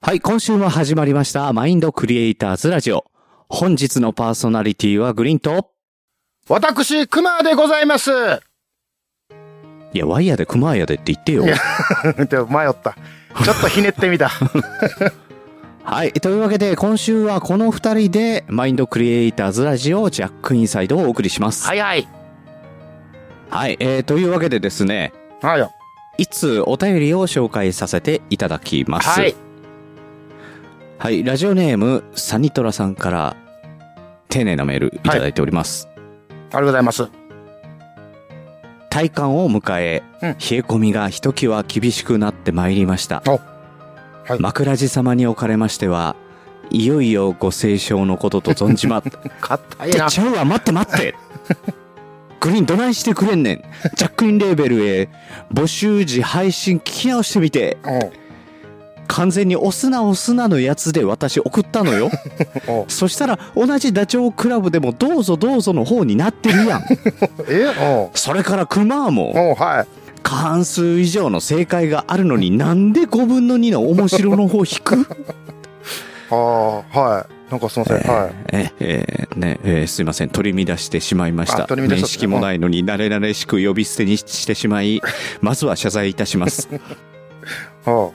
はい、今週も始まりました。マインドクリエイターズラジオ。本日のパーソナリティはグリーンと、私、クマでございます。いや、ワイヤーでクマーヤでって言ってよい。や でも迷った。ちょっとひねって みた。はい、というわけで今週はこの二人でマインドクリエイターズラジオジャックインサイドをお送りします。。はいいはい。はい、えー、というわけでですね、はいよ。いつお便りを紹介させていただきます。はい。。はい、ラジオネーム、サニトラさんから、丁寧なメールいただいております。ありがとうございます。体感を迎え、うん冷え込みがひときわ厳しくなってまいりました。おはい枕地様におかれましては、いよいよご清聴のことと存じま、 硬いちゃな。うわ、待って待って。 グリーンどないしてくれんねん。ジャックインレーベルへ募集時配信聞き直してみて。う完全に押すな押すなのやつで私送ったの よ。ん。うんそしたら同じダチョウ倶楽部でもどうぞどうぞの方になってるやん。えうん。それからクマもうん、はい。過半数以上の正解がある のになんで5分の2の面白の方引くああ、はい。なんかすいません。はい。 え、えーね、えーすいません。取り乱してしまいました。あ取り乱しちゃ面った識もないのに慣れ慣れしく呼び捨てにしてしまい、まずは謝罪いたし ます。うん。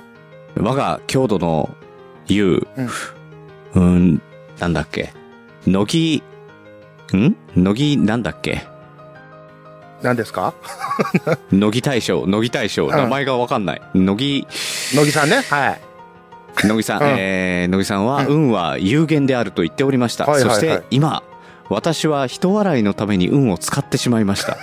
我が郷土の言う、うん、なんだっけ、乃木、ん乃木なんだっけ何ですか乃木大将、乃木大将、ん名前がわかんない。乃乃木さんね。はい。木、乃木さん、うんえー、乃木さんは、うん運は有限であると言っておりました。はいはいはいそして、今、私は人笑いのために運を使ってしまいま した。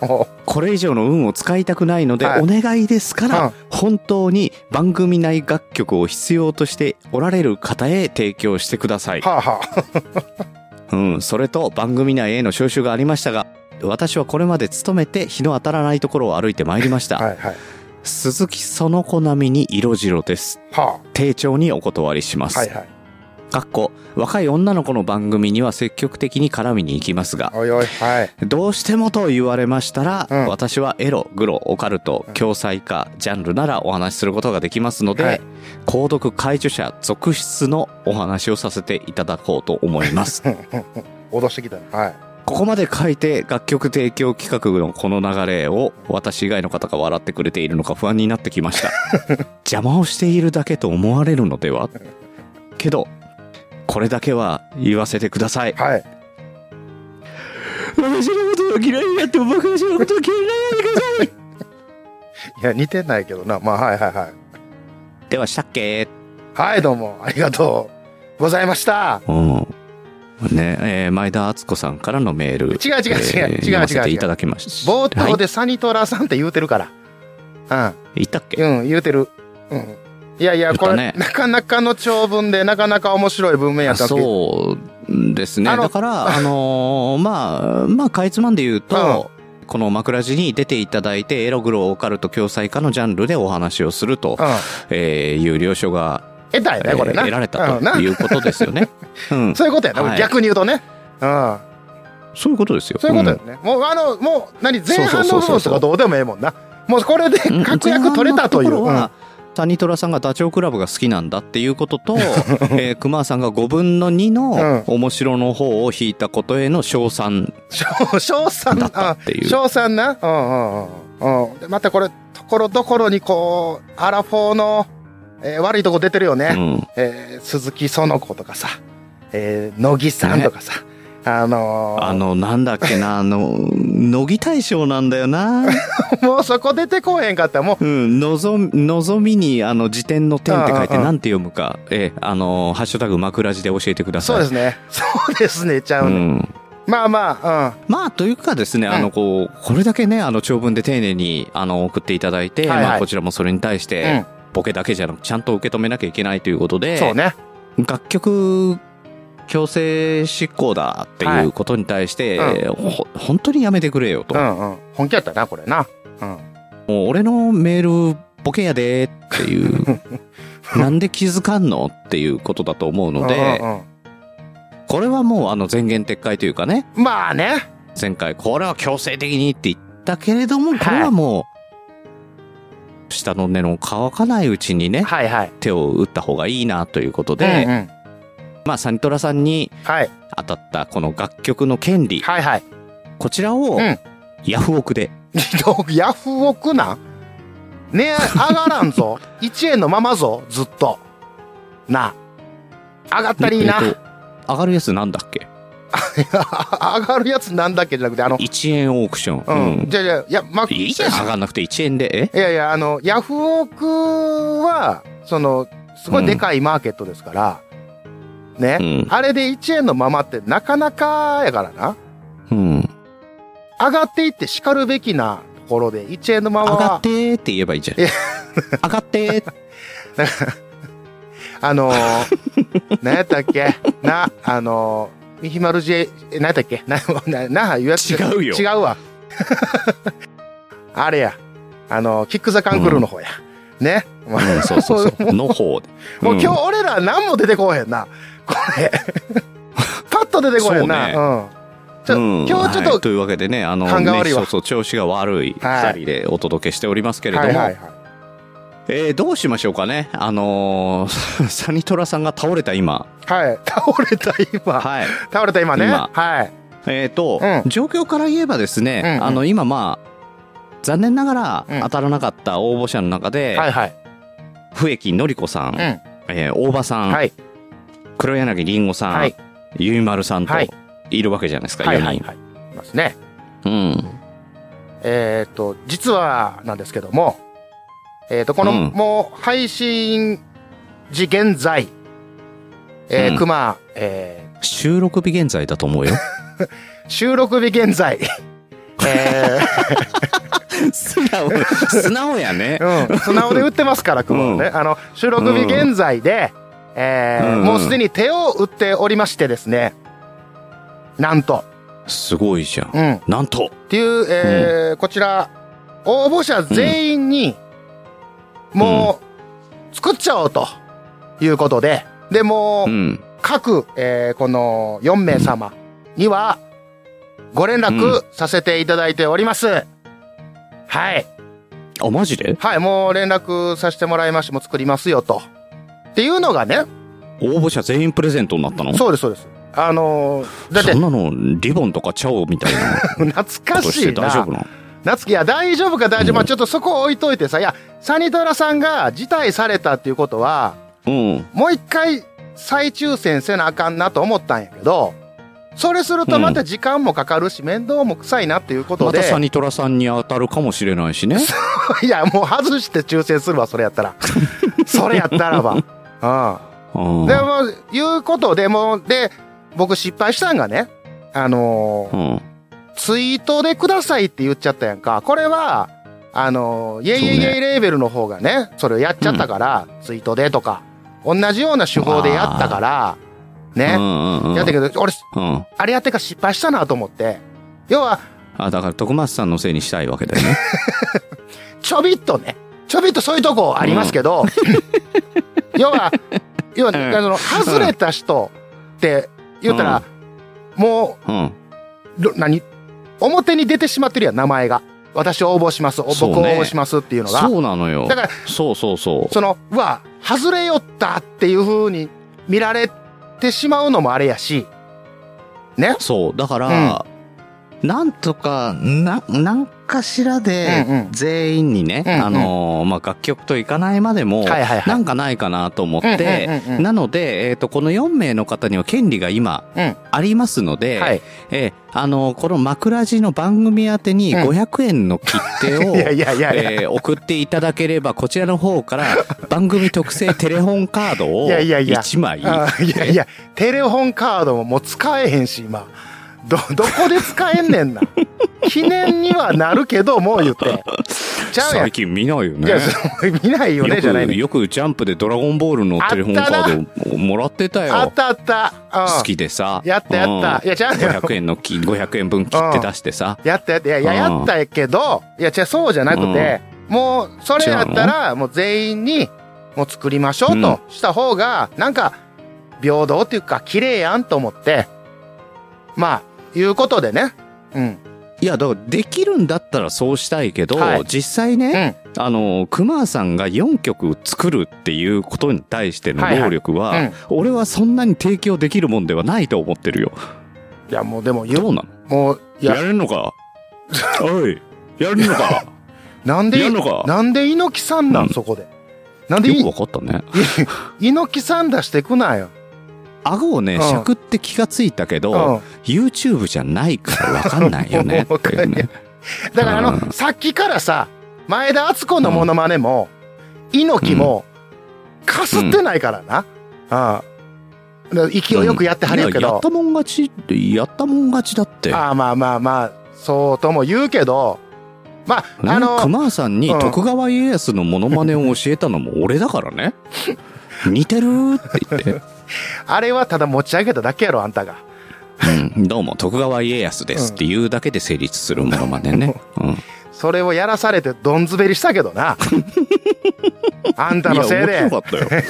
おこれ以上の運を使いたくないので、はいお願いですから、うん本当に番組内楽曲を必要としておられる方へ提供してください。はあはうん、それと番組内への招集がありましたが、私はこれまで勤めて日の当たらないところを歩いてまいりましあ。た。はいはい。鈴木その子並みに色白です。は丁重にお断りしまあ。はいす。はい。かっこ、若い女の子の番組には積極的に絡みに行きますが、おいおい。はい。どうしてもと言われましたら、うん私はエロ、グロ、オカルト、共済化、ジャンルならお話しすることができますので、はい購読解除者続出のお話をさせていただこうと思い ます。脅してきたね。はい。ここまで書いて楽曲提供企画のこの流れを私以外の方が笑ってくれているのか不安になってきま した。邪魔をしているだけと思われるのではけど、これだけは言わせてください。はい。私のことが嫌いになっても僕たちのことは嫌いにならないでくださいいや、似てないけどな。まあ、はいはいはい。ではしたっけはい、どうも。ありがとうございました。うん。ね、えー前田敦子さんからのメール。違う違う違うえー違う読ませ違うて違ういただきました。冒頭はでサニトラさんって言うてるから。うん。い。言ったっけうん、言うてる。うん。いやいや、これ、言ったねなかなかの長文で、なかなか面白い文面やあったけど。そうですね。あのだから、 あのーまあ、まあ、かいつまんで言うと、この枕地に出ていただいて、エログロオカルト共済化のジャンルでお話をすると、うん。えーいう了承が、得たよえね、ーこれな。得られたうとんないうことですよね。うん。 そういうことやな、はい逆に言うとね。うん。そういうことですよ。そういうことよんね。もう、あの、もう、何、前半そのう部そうそうそ分とうかどうでもええもんな。もう、これでうん確約取れたとい前半のう。ころうんは、サニトラさんがダチョウ倶楽部が好きなんだっていうことと、えー、熊さんが5分の2の面白の方を引いたことへの賞賛。賞賛だったっていう賞賛な。うんうんうん。うん。でまたこれ、ところどころにこう、アラフォーの、えー悪いとこ出てるよね。うん。えー鈴木園子とかさ、えー乃木さんとかさ、あのーあの、なんだっけな、あの、乃木大将なんだよ な。 もうそこ出てこうへんかったらもうん、のぞ、のぞみに、あの、辞典の点って書いてうんうんうんなんて読むか、ええ、あの、ハッシュタグ枕字で教えてくだう、さい。。そうですすね。そうですね、ちゃううね。ん。まあまあ、まあ、というかですね、あうの、んこう、これだけね、あの、長文で丁寧に、あの、送っていただいて、はいはいまあ、こちらもそれに対しうん。て、ボケだけじゃなく、ちゃんと受け止めなきゃいけないということうん。で、そうね。楽曲、強制執行だっていうことに対して、はいほ本当にやめてくれよと。うんうん。本気やったな、これな。うん。もう俺のメール、ボケやでって いう、なんで気づかんのっていうことだと思うので、うんうんこれはもうあの前言撤回というかね、うんまあね。前回これは強制的にって言ったけれども、これはもう、下の根の乾かないうちにね、はいはい。手を打った方がいいなということで、うんうんまあ、サニトラさんにはい。当たったこの楽曲の権利、はいはい。 こちらをうんヤフオクで、ヤフオクなんね上がらん ぞ。1円のままぞ、ずっと。なあ。上がったりいいな。えっと上がるやつなんだっけ 上がるやつなんだっけじゃなくて、あの、 1円オークショうン、ん。じゃあじゃあいや、ま、いいじゃん上がんなくて1円でえいやいや、あの、ヤフオクは、その、すごいでかいマーケットですから、ね、うんあれで1円のままってなかなかやからな、うん上がっていって叱るべきなところで1円のまま上がっは、てーって言えばいいじゃんいや上がってーあの ー、何やったっけな、あのー、ミヒマルジェ、え何やったっけな、な、な、言うやつ違うよ違うわ。 あれや、あのー、キックザカンクルーの方や。ね。もううんそう そうそうの方でもう今ん日俺ら何も出てこうへんな。こ れ。パッと出てこうへんな。うん。ちょ、うん今日ちょっはいと、というわけでねあの勘が悪いわねそうそう調子が悪いはい2人でお届けしておりますけれどはいも、はいはい。えーどうしましょうかねあのー サニトラさんが倒れた今はい。倒れた今。はい倒れた今ね。今はい。えーと、うん状況から言えばですね、うんうんあの今まあ残念ながらうん当たらなかった応募者の中で、はいはい。笛木のり子さん、うんえー大場さん、はい。黒柳りんごさん、はいゆいまるさんとはいいるわけじゃないですか、はいは4い人、はい。いますね。うんえっ、と、実はなんですけども、えっ、と、この、うんもう、配信時現在、えーうん熊、え収録日現在だと思 うよー収録日 現在、え素直素直やねー、うん、素直で売ってますから、熊をね。うあの、収録日現在で、えーうんうんもうすでに手を打っておりましてですね、なんと、すごいじゃん、うん、っなんとていう、えーこちら、応募者全員に、もう、作っちゃおうということで、で、もうう、ん各、えーこの4名様には、ご連う絡させていただいております。はい。あマジではい、もう連絡させてもらいまして、もう作りますよと。っていうのがね、応募者全員プレゼントになったのそうです、そうです。あのーだってそん、なのリボンとかチャオみたいな懐こかとししていな。大丈夫なの夏希、いや、大丈夫か大丈夫。まうあんちょっとそこ置いといてさ、いや、サニトラさんが辞退されたっていうことは、うんもう一回再抽選せなあかんなと思ったんやけど、それするとまた時間もかかるし、面倒も臭いなっていうことまで、たサニトラさんに当たるかもしれないしねいや、もう外して抽選するわ、それやっ たら。それやったらば。うん。で、でもう、いうことで、もう、で、僕失敗したんがね、あのーうんツイートでくださいって言っちゃったやんか。これは、あのーイェイイェイイそうェイレーベルの方がね、それをやっちゃったから、ツイートでとか、同じような手法でやったから、うね、んうんうんやったけど、俺、うんあれやってから失敗したなと思って、要は、あだから徳松さんのせいにしたいわけだよねちょびっとね、ちょびっとそういうとこあります けど、要は、要は、うんあの、外れた人って言ったら、もうんう、ろ何表に出てしまってるやん、名前が。私応募します、おそう僕ね応募します っていうのが。そうなのよだから、そうそうそうその、うわ、外れよったっていう風に見られてしまうのもあれやし、ねそう。だから、なんとか、な、なんかしらでうんうん、全員にね、うんうんあのーまあ、楽曲といかないまでも、はいはいはいなんかないかなと思っうんて、うんうんうんなので、えっ、と、この4名の方には権利が今、うんありますので、はいえーあのーこの枕地の番組宛てにうん500円の切手を、 いやいやいやいや、えー送っていただければ、こちらの方 から番組特製テレホンカードをいやいやいや1枚、あいやいや、テレホンカードももう使えへんし、今。ど、どこで使えんねんな。 記念にはなるけど、もう言って。ちゃうやん。最い近見ないよね。や、その見ないよね、じゃないよくの。よくジャンプで「ドラゴンボール」のテレホンカードをもらってたあっよたあった。うん好きでさやったやったうんいやちゃうよ500円のき500円分切って出してさやったやった。いや、いやうんやったけど、いや、じゃそうじゃなくて、もう、それやったら、もう全員に、もう作りましょうとした方が、なんか、平等っていうか、綺麗やんと思って、まあ、いうことでね。うん。いやだからできるんだったらそうしたいけどはい実際ねうあの、クマさんが4曲作るっていうことに対しての能力は、はいはい俺はそんなに提供できるもんではないと思ってるよ。いや、もうでも、ゆどうなのもう、いやや、れるのかおい、やれるのかなんでやんのか、なんで猪木さんなん、うんそこで。なんでよくいわかったね。猪木さん出してくなよ。顎をね、うんしゃくって気がついたけうど、ん。だ YouTube じゃないからわかんないよ ねっていうね。からあうの、さっきからさ、前田敦子のモノマネも、猪木も、かすってないからな。ああ。だから勢いよくやってはるやけいややどっ。たもん勝ちって、やったもん勝ちだって。ああまあまあまあ、そうとも言うけど、まあ、あね、の、熊さんにうん徳川家康のモノマネを教えたのも俺だからね。 似てるって言って。あれはただ持ち上げただけやろ、あんたが。うん、どうも徳川家康ですっていうだけで成立するものまで ね。うん、それをやらされてどんずべりしたけ どな。あんたいやのせい面白で。かったよ。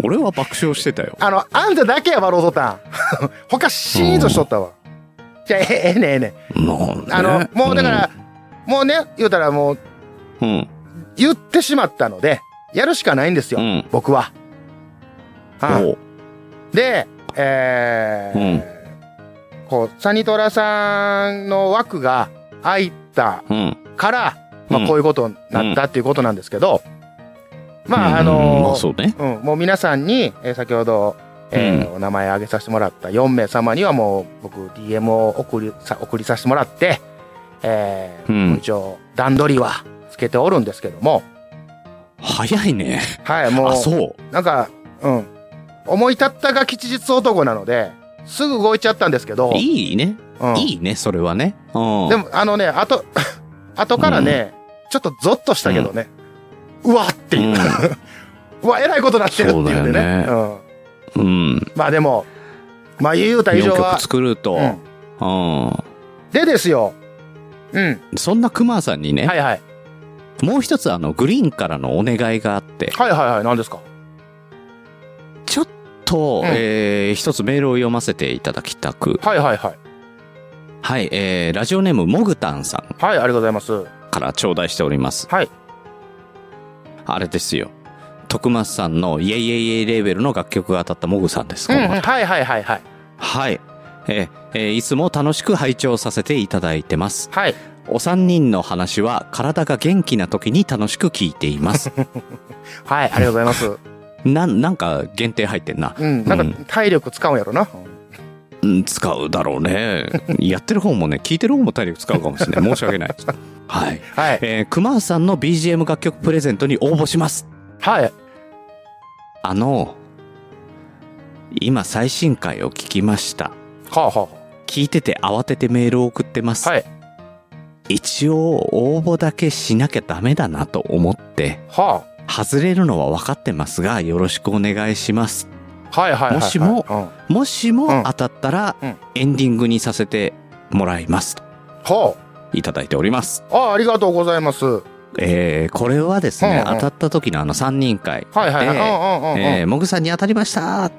俺は爆笑してたよ。あの、あんただけや笑うとったん。 他シーンとしとったわ。じゃあ、ええええねええねなんであの、もうだから、もうね、言うたらもう、うん、うん、言ってしまったので、やるしかないんですよ、うん僕は。はいおうで、えーこう、サニトラさんの枠が空いたうん、から、まうんあ、こういうことになったっていうことなんですけど、まあ、あうんまのあそうね。うん、もう皆さんに、えー先ほど、えーお名前挙げさせてもらった4名様にはもう僕 DM を送りさ送りさせてもらって、えーうん一応段取りはつけておるんですけども、早いね。はい、もあ、う、そう。なんか、うん。思い立ったが吉日男なので、すぐ動いちゃったんですけど、いいね。うん、いいね、それはね。うん。でも、あのね、あ と、あとからね、ちょっとゾッとしたけどね、うわっていう、うわ、えらいことなってるっていうんでそうね。だよねうん、うん。うん。まあでも、まあ言うた以4上は曲、作ると。うんうんでですよ、うん、そんなクマさんにね、はいはい。もう一つあの、グリーンからのお願いがあって、はいはいはい、何ですかちょっと、うんえー一つメールを読ませていただきたく、はいはいはい。はい、えーラジオネーム、モグタンさんはい、ありがとうございます。はから頂戴しております。い。あれですよ。徳松さんのイエイエイイエイレーベルの楽曲が当たったモグさんです。うん、このは方いはいはいはい。はい。えーえーいつも楽しく拝聴させていただいてます。はい。お三人の話は体が元気な時に楽しく聞いてい ます。はい、ありがとうございます。なん、なんか限定入ってんな。うん、なんか体力使うんやろな。うん使うだろうね。やってる方もね、聞いてる方も体力使うかもしれない。申し訳 ない。はい。はい。えー、熊さんの BGM 楽曲プレゼントに応募します。はい。あの、今最新回を聞きました。はあはあは聞いてて慌ててメールを送ってます。あ。はい。一応応募だけしなきゃダメだなと思って、はあ。外れるのは分かってますが、よろしくお願いします。はいはいはいはもい。しもうん、はもしうんも当たったらうん、エンディングにさせてもらいます。とあ。いただいております。あありがとうございます。はいえーこれはですね、うんう当んたった時のあの3人会、はいはい。でえー、モグさんに当たりましたっ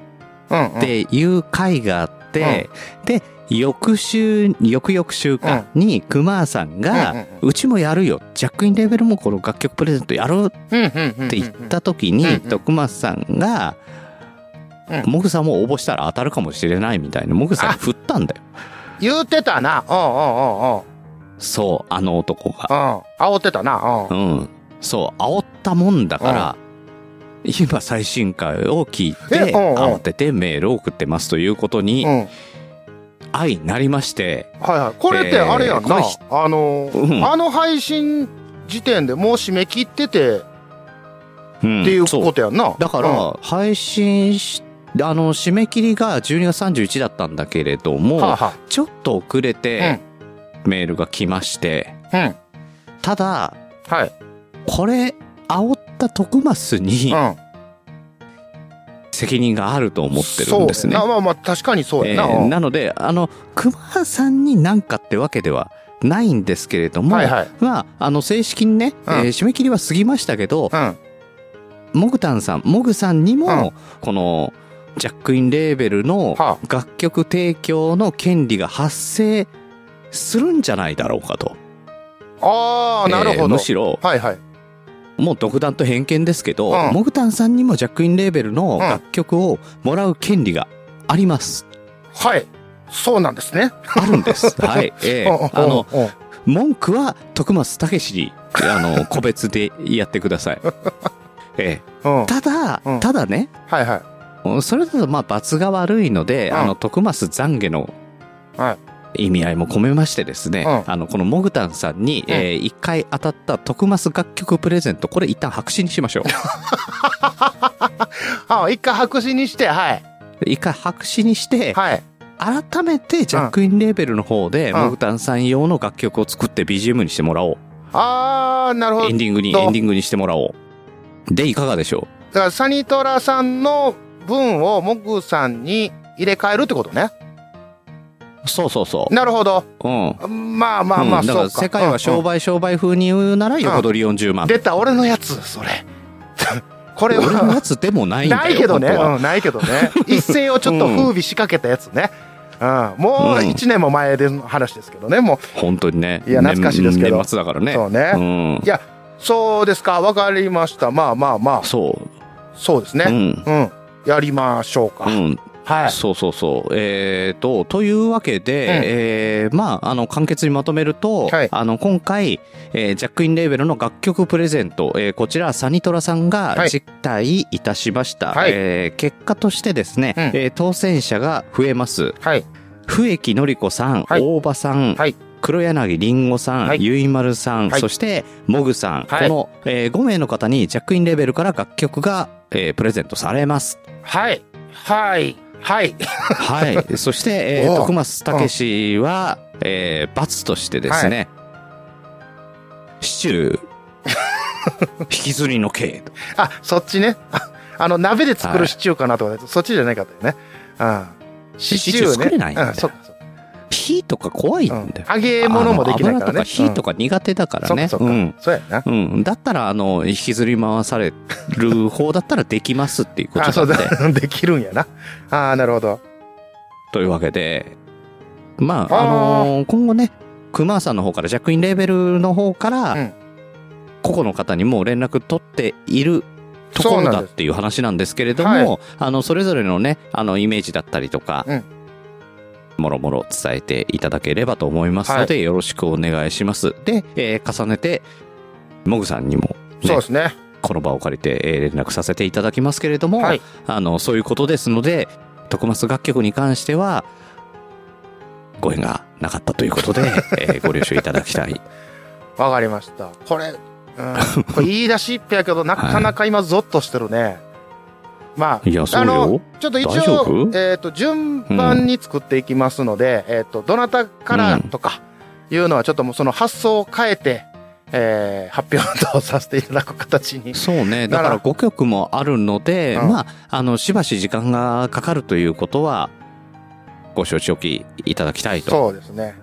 うんうんうん。うんうん、ていう会があって、で、翌週、翌々週かに、クマさんが、うんうんうちもやるよ。ジャックインレーベルもこの楽曲プレゼントやるっうんうんうんうん。て言った時に、うんうんと、クマさんが、うんモグさんも応募したら当たるかもしれないみたいな、モグさんに振ったんだよ。言ってたな。うんうそう、あの男が。んうんうん。うん。煽ってたな。うん。うん。そう、煽ったもんだから、今最新回を聞いえて、うんうん慌ててメールを送ってますということにう、ん。はい相なりまして、はい。これってあれやんな。えーあのー、うんあの配信時点でもう締め切っててうんっていうそこうとやんな。だかうんら、は配信し、あの、締め切りが12月31だったんだけれども、あはちょっと遅れて、メールが来まして、あ。うん。ただ、はい。これ、煽った徳スにう責任があると思ん。ってるんですねそう。なまあまあ、確かにそうやえな。ーうんなので、あの、熊さんに何かってわけではないんですけれども、はいはい。まあ、あの、正式にね、うんえー締め切りは過ぎましたけど、うん。モグタンさん、モグさんにも、うんこの、ジャックインレーベルのは楽曲提供の権利が発生するんじゃないだろうかと。ああ、なるえーほどむ。しろ、はいはい。もう独断と偏見ですけど、うんモグタンさんにもジャックインレーベルのん楽曲をもらう権利があります。はい。そうなんですね。あるん です。はい。ええうんうんあの、うん文句は徳松武史に、あの、個別でやってくださ い。えうんえ、ただうん、ただね、はいはい。それだとまあ罰が悪いので、うんあの徳増懺悔のは意味合いも込めましてですね、うんあのこのモグタンさんに、うんえー一回当たった徳増楽曲プレゼントこれ一旦白紙にし ましょあ、一回白紙にして、はい。う一回白紙にしてはい。改めてジャックインレーベルの方で、うんモグタンさん用の楽曲を作って BGM にしてもらおう、あー、なるほど。エンだディングにそうエンディングにしてもらおうでいかがでしょからサニトラさんの分をモグさんに入れ替えるってことね。うそうそうそなるほど。ううんまあまあまあ、うんだそかうらか。世界は商売商売風に言うなら横取り40うんう万ん。出た、俺のやつ、それ。 これ俺のは、やつでもないんだよないけどね。本当はうん、ないけどね。一世をちょっと風靡仕掛けたやつね。うん、もう一年も前での話ですけどね、も本当にね。いや懐かしいですけ年ど年末だからう。ね。そうね。うんい。や、そうですか。わかりました。まあまあまあ、そう。そうですうね。ん。うん。やりましょうか。うん。はい。そうそうそう。えーと、というわけで、うんえーまあ、あの、簡潔にまとめると、はいあの、今回、えージャックインレーベルの楽曲プレゼント、えーこちら、サニトラさんはがい実態いたしました。はいえー結果としてですね、うんえー当選者が増えます。はい。笛木のり子さん、はい大場さん、はい黒柳りんごさん、はいゆいまるさん、はいそしてもぐさん、はこいの、え5名の方にジャックインレベルから楽曲が、えープレゼントされます。はい。はい。はい。 はい。そして、えおー、う徳松武史は、えー罰としてですね、シチュー、引きずりの刑 と。あ、そっちね。ああの、鍋で作はるいシチューかなと思って、そっちじゃないかったよね。うん。シチューシチューね。作れないんだようん、そうかそうか火とか怖いんうだよ。ん揚げ物もできないあからね。の油とか火とかか苦手だからね。そうかそううかん。そうやな。うん、だったら、あの、引きずり回される方だったらできますっていうこあ、そとなうんで。だ。 できるんやな。ああ、なるほど。というわけで、まあ、ああーの今後ね、熊さんの方から、ジャックインレーベルの方から、うん個々の方にもう連絡取っているとこそうろなんだでっすていう話なんですけれども、はいあの、それぞれのね、あの、イメージだったりとか、うんもろもろ伝えていただければと思いますので、よろしくお願いします。で、えー重ねて、モグさんにも、ねそうですね。この場を借りてえー連絡させていただきますけれども、はいあのそういうことですので徳松楽曲に関してはご縁がなかったということ で、えーご了承いただきたいわかりました。これ、 うん、これ言い出しっぺやけど、なかなか今ゾッとしてるね。まあ、いやそあうのよ、ちょっと一大丈応、夫えっ、と、順番に作っていきますので、えっ、と、どなたからとかいうのは、ちょっともうその発想を変えて、えー発表とさせていただく形に。そうねだなからら5曲もあるので、うんまああのしばし時間がかかるということはご承知おきいただきたいとそうですね。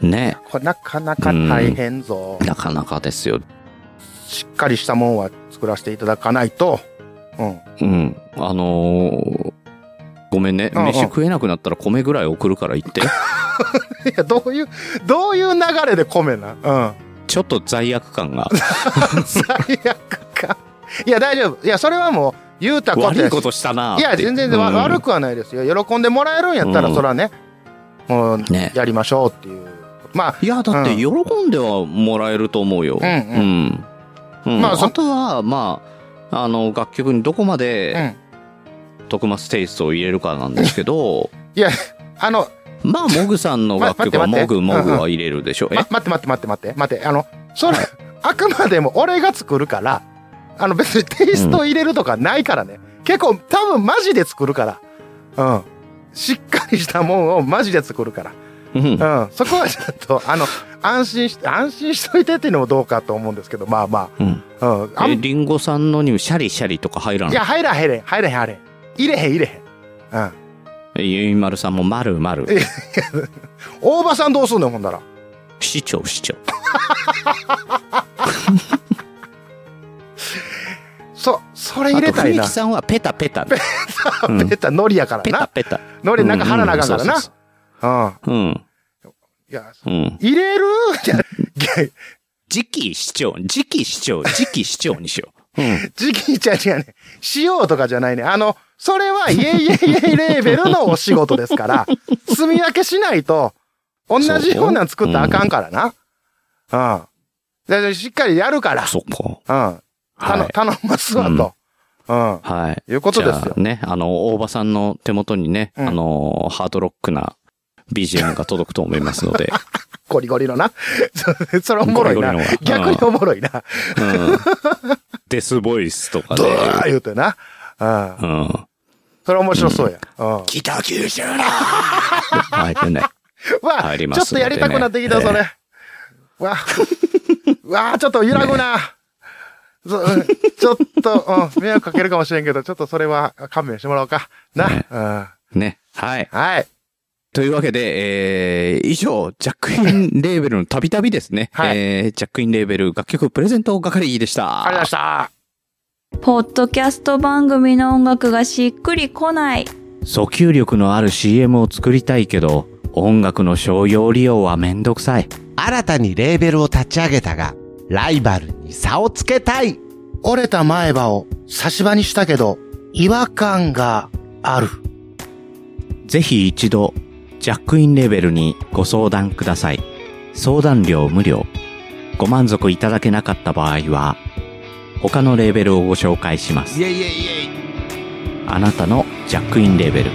ねこれなかなか大変ぞ。なかなかですよしっかりしたもんは作らせていただかないと。うん。うんあのーごめんねうんうん飯食えなくなったら米ぐらい送るから言 っていや、どういう、どういう流れで米な。うん。ちょっと罪悪感が最悪か。いや、大丈夫。いや、それはもう、言うたことやし悪いことしたなっていや、全然わ悪くはないですよ。喜んでもらえるんやったら、うんそらね、もう、ねやりましょうっていう。まいやだって喜んではもらえると思うようんうんんうんまあそあとはまああの楽曲にどこまあ、でう徳松テイストを入れるかなんですけどん。いや、あの、まあモグさんの楽曲はま待モってグ待ってモグは入れるでしょえま、待って待って待って待って、待って、あの、それ、あくまでも俺が作るから、あの、別にテイスト入れるとかないからね。結構、多分マジで作るから。うん。しっかりしたもんをマジで作るから。うんうん、そこはちょっと、あの、安心して、安心しといてっていうのもどうかと思うんですけど、まあまうんあ。うん。あんえリンゴさんのにもシャリシャリとか入らいないや、入らへん、入れへん、入れへん、入れへん。入れへん、入れへん。うん。ゆいまるさんもまるまるえ大場さんどうすんのよ、ほんだら。市長市長そ、それあ入れとたい冬な木。さんはペタ ペタペうんペタ、ノリやからタな。ペタノリなんか腹なあかんからうんうんそうな。うん。そうそううん いや、うん 入れるいや、いや次期市長、次期市長、次期市長にしよ う。うん。時期ちゃう違うね。しようとかじゃないね。あの、それはイェイイェイイェイレーベルのお仕事で すから、住み分けしないと、同じようなん作ったらあかんからな。うん。だからしっかりやるから、そこ。うん。は頼い。頼ますわと。うん。はい。いうことですよじゃあ。ね、あの、大場さんの手元にね、うんあの、ハードロックな BGM が届くと思いますの で。ゴリゴリのな。 そそれおもろいゴなリゴリのは。逆におもろいな。うん。デスボイスとかでド。ワー言うてな。うん。うん。それ面白そうや。うん。わ北九州だはい、でね。あ、入りちょますっとやりたくなってきた、のでそねれ。わあ、 わあ、ちょっと揺らぐな。そうんちょっと、うん、迷惑かけるかもしれんけど、ちょっとそれは勘弁してもらおうか。ねな。ね。はい。うん。はい。というわけで、えー、以上、ジャックインレーベルのたびたびですね。はいえー、ジャックインレーベル楽曲プレゼント係でした。ありがとうございました。ポッドキャスト番組の音楽がしっくりこない。訴求力のある CM を作りたいけど、音楽の商用利用はめんどくさい。新たにレーベルを立ち上げたが、ライバルに差をつけたい折れた前歯を差し歯にしたけど、違和感がある。ぜひ一度、ジャックインレーベルにご相談ください。相談料無料。ご満足いただけなかった場合は、他のレーベルをご紹介します。えいえいえいあなたのジャックインレーベル。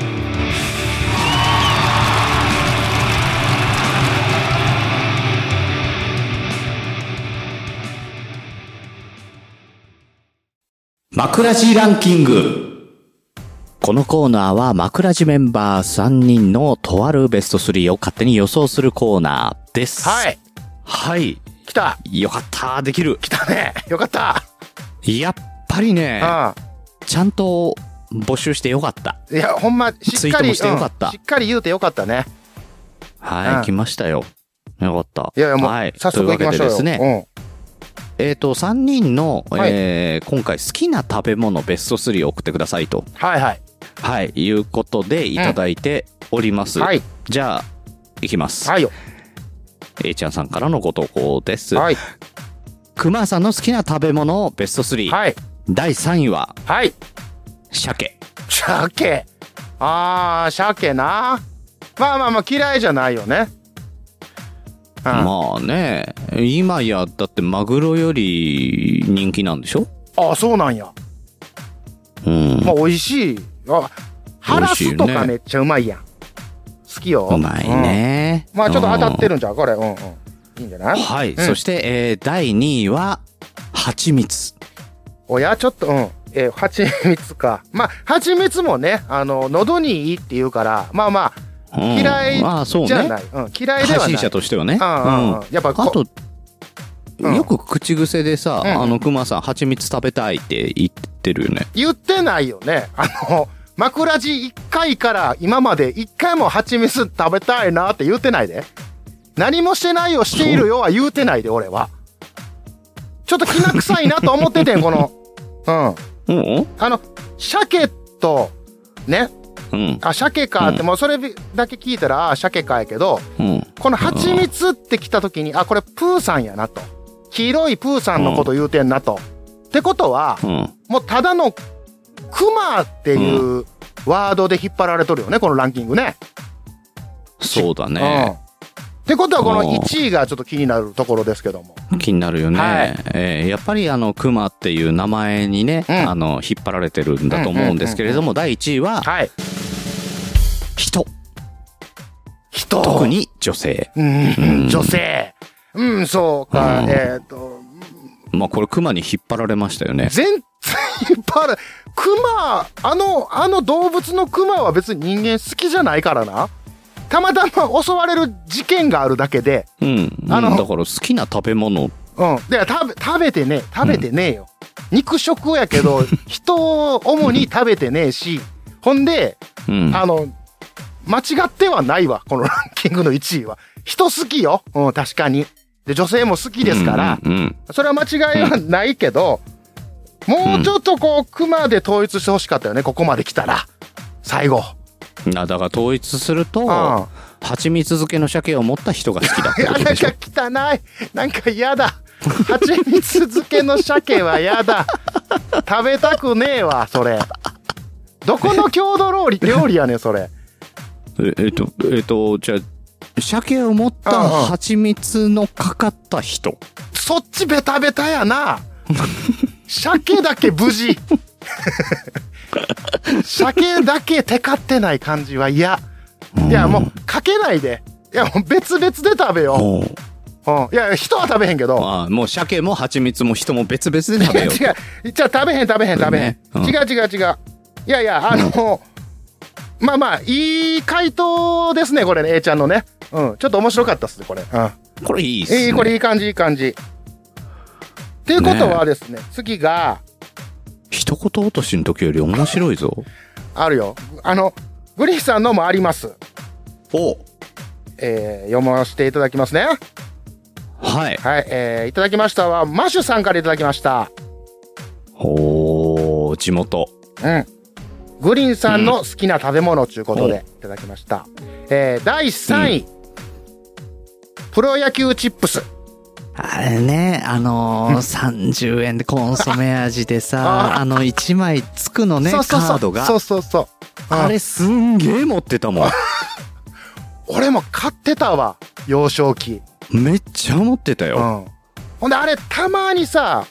枕地ランキングこのコーナーは枕地メンバー3人のとあるベスト3を勝手に予想するコーナーです。は。い。はい。来た。よかった。できる。来たね。よかった。やっぱりね、うちゃんと募集してよかった。ん。いや、ほんま、しツっイかートり、もしてよかったうんしっかり言うてよかったね。はい、うん来ましたよ。よかった。いやいや、もうはい、、早速行きましょうよ。というわけでですね、ね。えっ、と、3人の、はいえー今回好きな食べ物ベスト3を送ってくださいと、うん。はいはい。はい、いうことでいただいております。はい。じゃあ、いきます。はいよ。 A ちゃんさんからのご投稿です。はい。くまさんの好きな食べ物ベスト3。はい。第3位は、はい。鮭。鮭。あー、鮭な。まあまあまあ、嫌いじゃないよね。うん。あ、まあね、今や、だってマグロより人気なんでしょそうなんや。うん。まあ、美味しい。あ、ハラスと美味しいかねめっちゃうまいやん。好きよ。うまいね、うん。まあ、ちょっと当たってるるんじゃうこれ。うんうん。いいんじゃないはい、んそして、えー第2位は、蜂蜜。おや、ちょっと、うん。えー、蜂蜜か。まあ、蜂蜜もね、あの、喉にいいって言うから、まあまうん嫌いああそうねじゃない。うん。嫌いではない。配信者としてはね。うんうんううんん。やっぱこ、あと、うんよく口癖でさ、うんあの、クマさん、蜂蜜食べたいって言ってるよね。言ってないよね。あの、枕地1回から今まで1回も蜂蜜食べたいなって言ってないで。何もしてないよ、しているよは言うてないで、俺は。ちょっと気な臭いなと思っててん、 この。うん。うんあの、鮭と、ね、うん。あ、鮭かって、うもうそれだけ聞いたら、あ、鮭かやけど、うん。この蜂蜜って来た時に、あ、これプーさんやなと。黄色いプーさんのこと言うてんなと。ってことは、うん。もうただのクマっていうワードで引っ張られとるよね、このランキングね。そうだうん。ね。ってことはこのうん1位がちょっと気になるところですけども。気になるよね。はいえーやっぱり、あの、クマっていう名前にね、うんあの、引っ張られてるんだと思うんですけれども、第1位は、はい。人。人。特。に女性。うんう、ん女性。うん、そうか。うんえっ、と、まあ、これ、クマに引っ張られましたよね。全然引っ張る。クマ、あの、あの動物のクマは別に人間好きじゃないからな。たまたま襲われる事件があるだけで、うん。うんあのだから、好きな食べ物うん。で、食べ、食べてねえ、食べてねえよ。肉食やけど、 人を主に食べてねえし、ほんで、うん。あの、間違ってはないわ、このランキングの1位は。人好きよ。うん、確かに。で、女性も好きですから、うんうんそれは間違いはないけど、もうちょっとこう、熊で統一してほしかったよね、ここまで来たら。最後。うんあだから統一すると、ん蜂蜜漬けの鮭を持った人が好きだってあ、こ なとんでしょか汚い。なんか嫌だ。蜂蜜漬けの鮭はやだ。食べたくねえわ、それ。どこの郷土料理料理やねん、それ。ええっと、えっと、じゃあ、鮭を持っうんうたん蜂蜜のかかった人。そっちベタベタやな。鮭だけ無事。鮭だけテカってない感じは嫌。いや、もう、かけないで。いや、もう別々で食べよもう、う。うん。いや、人は食べへんけど。ああもう鮭も蜂蜜も人も別々で食べよう。 違う。じゃあ食べへん食べへん食べへん。ねうん違う違う違う。いやいや、あの、まあまあ、いい回答ですね、これね、A ちゃんのね。うん。ちょっと面白かったっすね、これ。うん。これいいっすね。えー、これいい感じ、いい感じ。っていうことはですね、次が、一言落としの時より面白いぞ。あるよ。あの、グリーンさんのもあります。おえー、読ませていただきますね。はい。はい、えー、いただきましたは、マシュさんからいただきました。おー、地元。うん。グリーンさんの好きな食べ物ということでいただきました。えー、第3位、プロ野球チップス。あれね、あのー、30円でコンソメ味であさ、ー あの、1枚つくのね、カそうそうそうードがそ。うそうそう。あれすんげー持ってたもん。俺も買ってたわ、幼少期。めっちゃ持ってたうよ。ん。ほんで、あれ、たまにさ、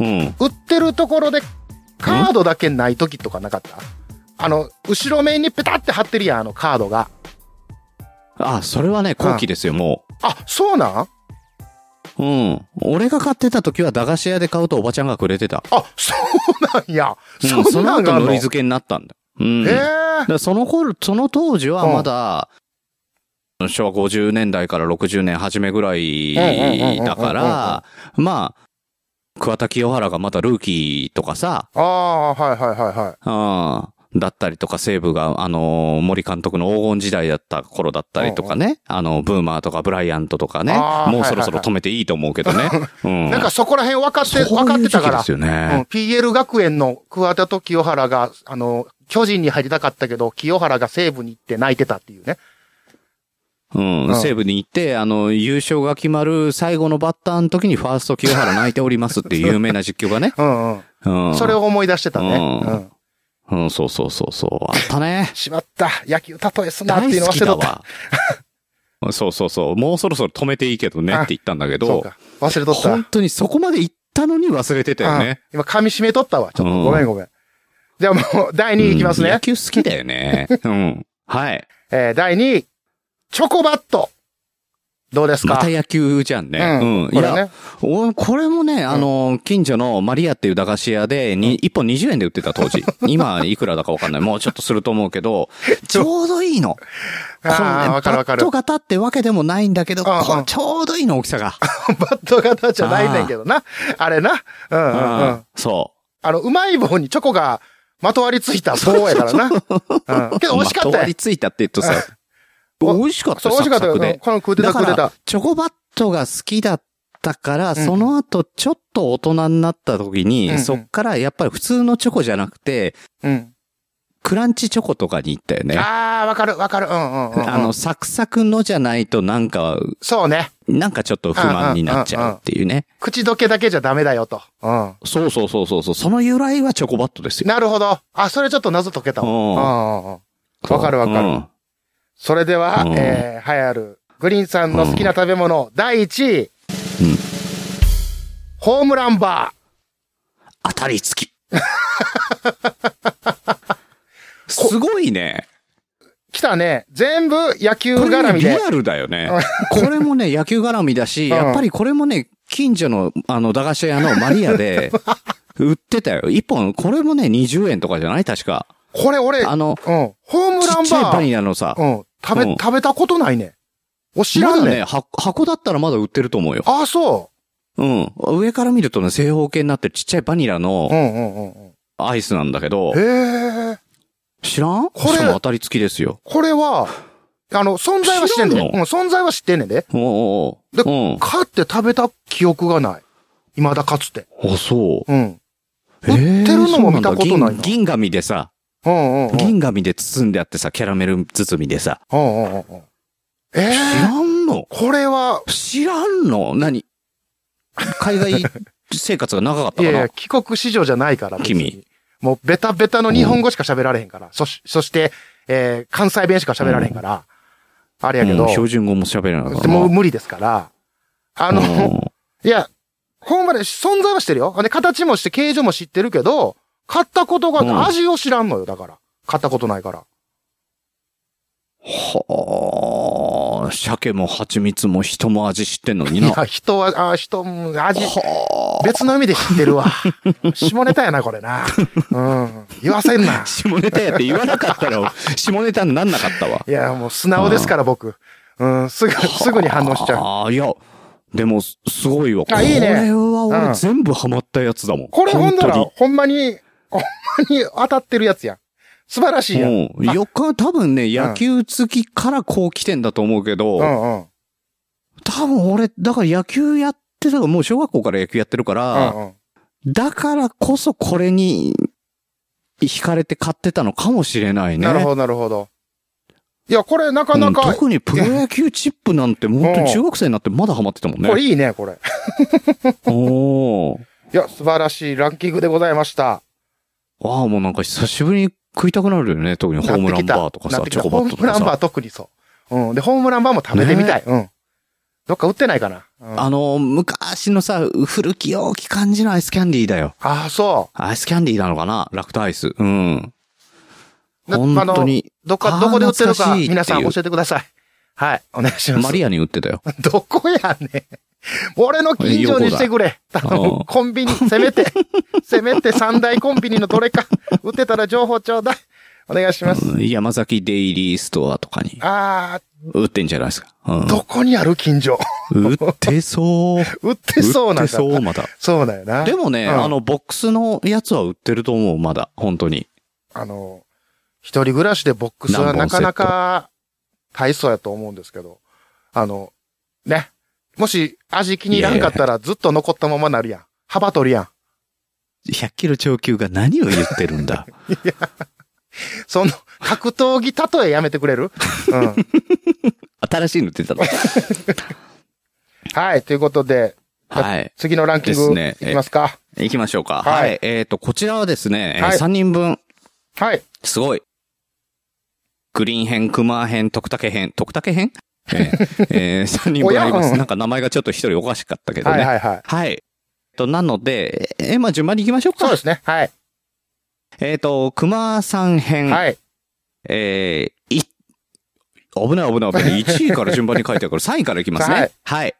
うん。売ってるところでカードだけない時とかなかったあの、後ろ面にペタって貼ってるやん、あのカードが。あ、それはね、後期ですよ、もあ、そうなんう。うん。俺が買ってた時は駄菓子屋で買うとおばちゃんがくれてた。あ、そうなんや。うん、そそんのなん後があるのの。りえ付けになったんだ。うん。えだからその頃、その当時はまだ、昭和50年代から60年初めぐらいだから、まあ、桑田清原がまだルーキーとかさ、ああ、はいはいはいはい。うんだったりとか、西武が、あのー森監督の黄金時代だった頃だったりとかね、あの、ブーマーとかブライアントとかねあ、ーもうそろそろ止めていいと思うけどね。うんなんかそこら辺分かって、そういう分かってたか時期ら。ですよねうん、PL 学園の桑田と清原が、あの、巨人に入りたかったけど、清原が西武に行って泣いてたっていうね。うん、西武に行って、あの、優勝が決まる最後のバッターの時にファースト清原泣いておりますっていう有名な実況がね。うんうん。うん。 それを思い出してたね。ううんん。。うん、そうそうそうそう。あったねしまった。野球例えすなって大いうの好忘きれとだった。 わ。そうそうそう。もうそろそろ止めていいけどねって言ったんだけそうど、か。忘れとった。本当にそこまで行ったのに忘れてたよね。うん今噛み締めとったわ。ちょっうんとごめんごめん。じゃあもう第2位いきますうんね野。球好きだよ ね。うん。はい。えー第2位、チョコバット。どうですまかた野球じゃんね。うんうん。いこれねや、おこれもね、あの、近所のマリアっていう駄菓子屋で、に、1本20円で売ってた 当時。今、いくらだかわかんない。もうちょっとすると思うけど、ちょうどいいの。あーこのねわかるわかバるット。型ってわけでもないんだけど、うんうんこうちょうどいいの、大きさが。バット型じゃないねんけどな。あれな。うんうんうん。うんそあの、うまい棒にチョコがまとわりついた棒やか らな。うん。けう。ど美味しかまとったわより。ついたって言うとさ、美お味しかったそう、よ美味しかったサクよ。うサクんでこの食うてただ食かうてたら。、チョコバットが好きだったから、その後ちょっと大人になった時に、うんうんそっからやっぱり普通のチョコじゃなくて、うん。クランチチョコとかに行ったよね。ああー、わかるわかる。うんうんうんうん。の、サクサクのじゃないとなんか、そうね。なんかちょっと不満になっちゃうっていうね。口どけだけじゃダメだよと。うん。そうそうそうそうそう。その由来はチョコバットですよ。なるほど。あ、それちょっと謎解けたわ。うんうんうんうんわかるわかるうんそれでは、うんえー、流行る、グリーンさんの好きな食べ物、第1位、ホームランバ当たり 付き。すごいね。ー。来たね。全部野球これ絡ねみリで。アルだよ ね。これもね、野球絡みだし、うんやっぱりこれもね、近所の、あの、駄菓子屋のマリア で、売ってたよ。一本、これもね、20円とかじゃない確か。これ俺、うあん。の、ホームちラっンちゃいババニー。ラのさ、うん。食うべん、食べたことないね。お、知らまんだね。ね、箱箱だったらまだ売ってると思うよ。ああ、そうん。上から見るとね、正方形になってるちっちゃいバニラう。うのんうんうんうん。アイスなんだけど、へえ。知らんこしれかも当たり付きですよ。これは、あの、存在は知ってん知らねんん。のうん、存在は知ってんねんで。おうおうでおう。うん。買って食べた記憶がない。未だかつて。あ、そう。うん。えー売ってるのも見たことないなそうだ銀銀紙でさ、うんうんうん。銀紙で包んであってさ、キャラメル包みでさ。うんうんうんうん。知ええー、らんのこれは、知らんの何海 外生活が長かったいやかいなや、。帰国子女じゃないから、別に君。もう、ベタベタの日本語しか喋られへんから。そし、そして、えー関西弁しか喋られへんから。あれやけうどん、標準語も喋れなかったな。もう無理ですから。あの、うんいや、ほんまに存在はしてるよ。で、形もして、形状も知ってるけど、買ったことが、うん味を知らんのよ、だから。買ったことないから。はあ、鮭も蜂蜜も人も味知ってんのにいな。や、人は、あ人、うん味、は別の意味で知ってるわ。下ネタやな、これな。うん。言わせんなあ。。下ネタやって言わなかったら、下ネタになんなかったわい。や、もう素直ですから、僕。うん、すぐ、すぐに反応しちゃう。ああ、いや、でも、すすごいわ。あいいねこれはうん俺全部ハマったやつだもん。これほんなら、本ほんまに、ほんまに当たってるやつやん。素晴らし当いにうん。やん。よく、多分ね、野球好きからこう来てんだと思うけど、うんうん。多分俺、だから野球やってたから、もう小学校から野球やってるかうら、んうん。だからこそこれに、惹かれて買ってたのかもしれないね。なるほど、なるほど。いや、これなかなうか、ん特にプロ野球チップなんて、本当に中学生になってまだハマってたもんね。これいいね、これ。おーいや、素晴らしいランキングでございました。ああ、もうなんか久しぶりに食いたくなるよね。特にホームランバーとかなさっ、てきチョたコバットとホーかムランバーさ。特にそう。うん。で、ホームランバーも食べてみたい。うん。どっか売ってないかな。うん、ああの、昔のさ、古き良き感じのアイスキャンディーだよ。あ、そアイスキャンディーなのかなラクタアイス。うん。う。な本当。に、あのどあっか、ーどこで売ってる懐か、かしいっていう皆さん教えてください。はい、お願いします。マリアに売ってたよ。 どこやねん。俺の近所にしてくれ。頼うんむ。コンビニ、せめて、 せめて三大コンビニのどれか、売ってたら情報ちょうだい。お願いします。うん山崎デイリーストアとかにあ売ってんじゃないですか。ー、どこにある近所。うん。売ってそう。 売ってそう売なってんだ。そう、まだ。そうだよな。でもね、うんあの、ボックスのやつは売ってると思う、まだ。本当に。あの、一人暮らしでボックスはなかなか大層やと思うんですけど、あの、ね、もし味気に入らんかったらずっと残ったままなるやん。幅取るやん。 100キロ超級が何を言ってるん だ。その、格闘技例えやめてく れるうん。新しいの出た の。はい、ということで、はい。次のランキンですグ、ねいきますか。行きましょうか。ははいい。えっ、と、こちらはですね、えーはい3人分、はい。すごい。グリーン編、クマ編、徳武編、徳武編え ーえ3人分ありまおやうす。んなんか名前がちょっと一人おかしかったけどはね。いはい。はい はい。えっと、なので、えーまあ、順番に行きましょうそうかで。すね。はい。えっ、と、熊さん編、はい。えーい、危ない危ない危ない。1位から順番に書いてあるから、3位からいきますね。 ははいい。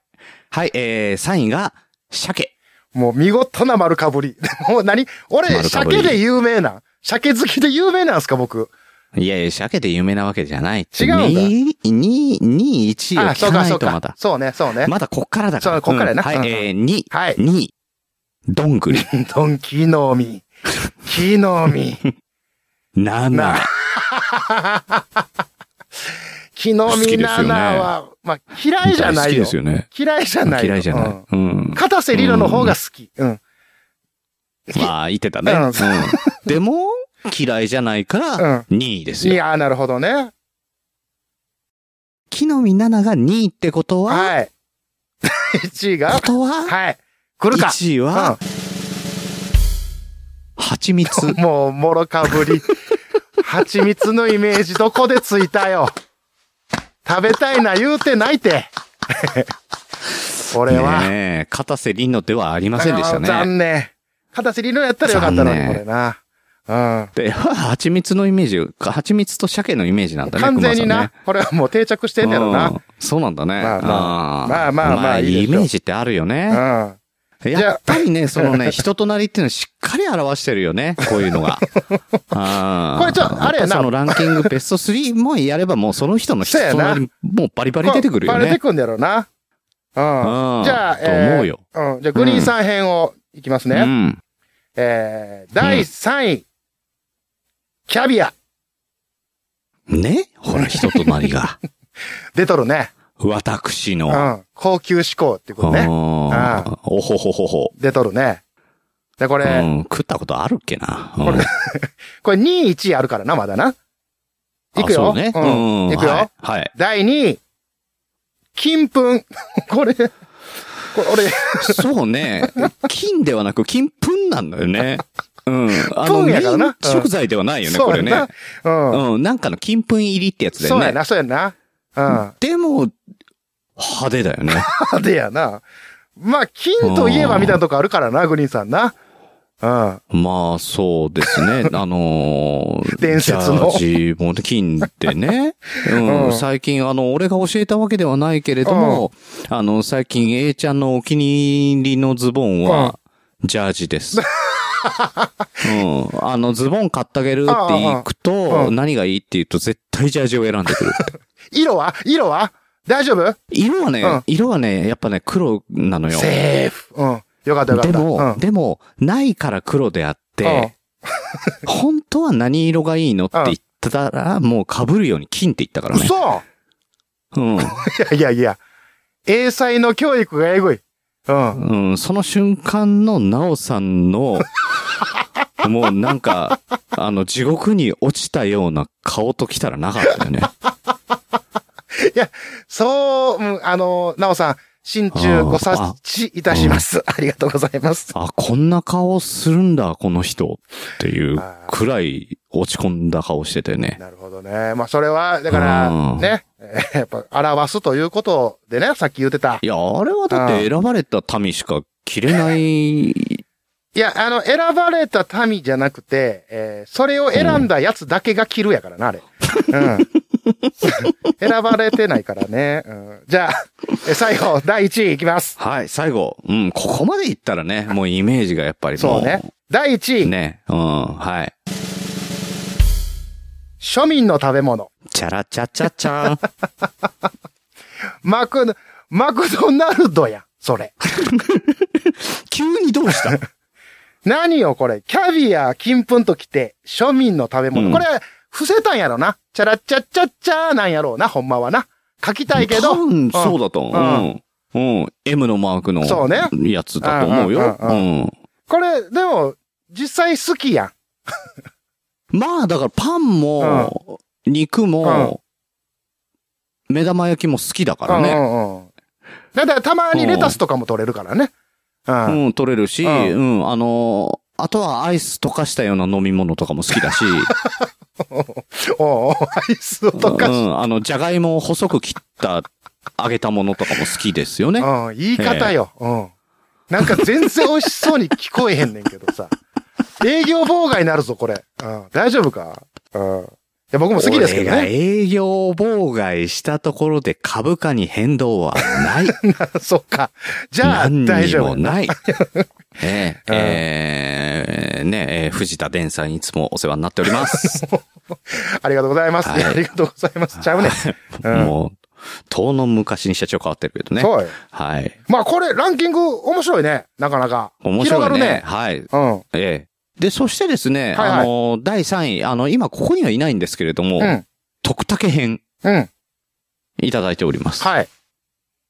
はい。えー、3位が、鮭。もう見事な丸かぶり。 もう何俺、丸かぶり鮭で有名なん。鮭好きで有名なんすか、僕。いやいや、鮭で有名なわけじゃないって。違うんだ2位、2位、2位、1位をあ、そ聞うかか、なそういとまかだ。。そうね、そうね。まだこっからだから。そうこっからやなうんはい、えー、2位、はい。 2位、どんぐり、ドン、木の実。木 の実。 7な 位。木の好きで実すよ7ねは、まあ、嫌いじゃな大好いきでよ。すよね。嫌いじゃないよ。嫌いじゃうなんい。うん。片瀬里乃の方が好き。うん。まあ、言ってたね。うんうん。でも、嫌いじゃないから、2位ですいよ。やー、なるほどね。木の実7が2位ってことは、はい。1位こが、とは、はい。来るか。 1位は、蜂蜜。もう、もろかぶり。 蜂蜜のイメージどこでついたよ。食べたいな言うてないて。 俺は。ねえ、片瀬凛のではありませんでしたね。残念。片瀬りのやったらよかったのに、残こ念れな。うん。で、 蜂蜜のイメージ、か蜂蜜と鮭のイメージなんだね。完全に熊さんなね、、これはもう定着してんねやろうな。んそうなんだね。まあまあーまあまあまあいいでしょイメージってあるよね。うん。ゃあやっぱりね、そのね、人となりっていうのはしっかり表してるよね。こういうの が。あーこれちょあれやなっぱそのランキングベスト3もやればもうその人の人となり、もうバリバリ出てくるよバレてね。くんだやろな。うん。じうんゃあ、と思うよ。えーうん。じゃあ、グリーンさん編をいきますうね。ん。えー、第3位。キャビア。ねほら、人となり が。出とるね。私うの。ん。高級志向ってことね。あーおほほほほ。出とるね。で、こうれ、ん、食ったことあるっけな。うんこれこれ2位、1位あるからな、まだな。いくあそよ。うね。うん。いくよ。はい。はい 第2位。金粉。これ、これ俺、そうね。 金ではなく金粉なんだよね。うん。あの、粉メやかイらなン食材ではないよね、そこうれやねな。。うん。うん。なんかの金粉入りってやつだそうやよね。な、そうやな。うん。でも、派手だよね。 派手やな。まあ、金といえばみたいなとこあるからな、グリーンさんな。うん。まあ、そうです ね。あのー伝説のジャージも金で ね。うん。うん最近、あの、俺が教えたわけではないけれども、あの、最近、A ちゃんのお気に入りのズボンは、ジャージです。うん。あの、ズボン買ってあげるって行くああと、うん何がいいって言うと、絶対ジャージを選んで くる。色は色は大丈夫色はね、うん色はね、やっぱね、黒なのよ。セーフ。うん。よかったよかでった。も、うん、でも、ないから黒であって、本当は何色がいいのって言ったら、もう被るように金って言ったかうらん、ね。嘘 うん。いやいやいや。英才の教育がえぐい。うん。うん。その瞬間のなおさんの、 もうなんか、あの、地獄に落ちたような顔ときたらなかったよ ね。そう、うん、あの、なおさん、心中ご察知いたします。ありがとうございます。あ、こんな顔するんだ、この人。っていうくらい落ち込んだ顔しててね。なるほどね。まあ、それは、だから、うんね、えーやっぱ、表すということでね、さっき言ってた。いや、あれはだって選ばれた民しか着れないいや、あの、選ばれた民じゃなくて、えーそれを選んだやつだけが着るやからな、あれ。うん。 選ばれてないからね。うん、じゃあ、え最後、第1位いきます。はい、最後。うん、ここまでいったらね、もうイメージがやっぱりもそうね。第1位、ね。うん、はい。庶民の食べ物。チャラチャチャチャーン。マクド、マクドナルドやん、それ。 急にどうした何よ、これ。キャビア、金粉ときて、庶民の食べ物。うんこれ、伏せたんやろな。チャラッチャッチャッチャーなんやろうな、ほんまはな。書きたいけど。多分そうだとう思う。うん。うん。M のマークのそうねやつだと思うよ。うんううん。これ、でも、実際好きやん。まあ、だからパンも、肉も、目玉焼きも好きだからうね。んうんうん。だからたまにレタスとかも取れるからね。うん。うん、取れるし、ううんん、あの、あとはアイス溶かしたような飲み物とかも好きだ し。おうおうアイスを溶かし。うん、あの、じゃがいもを細く切った、揚げたものとかも好きですよね。うん、言い方よ。うん。なんか全然美味しそうに聞こえへんねんけどさ。 営業妨害になるぞ、これ。うん。大丈夫かうん。いや、僕も好きですけど俺がね。営業妨害したところで株価に変動は ない。 そっか。じゃあ、何大に丈も夫。 ない。ええうんえーねえー藤田伝さんいつもお世話になっております。ありがとうございます。はいいやありがとうございます。ちゃうね。 うんもう、遠の昔に社長変わってるけどね。そうよ。はい。まあ、これ、ランキング面白いね。なかなか。面白いね。広がるね。はい。うん。ええで、そしてですね、はいはいあの、第3位、あの、今ここにはいないんですけれども、うん。徳武編うん。いただいております。はい。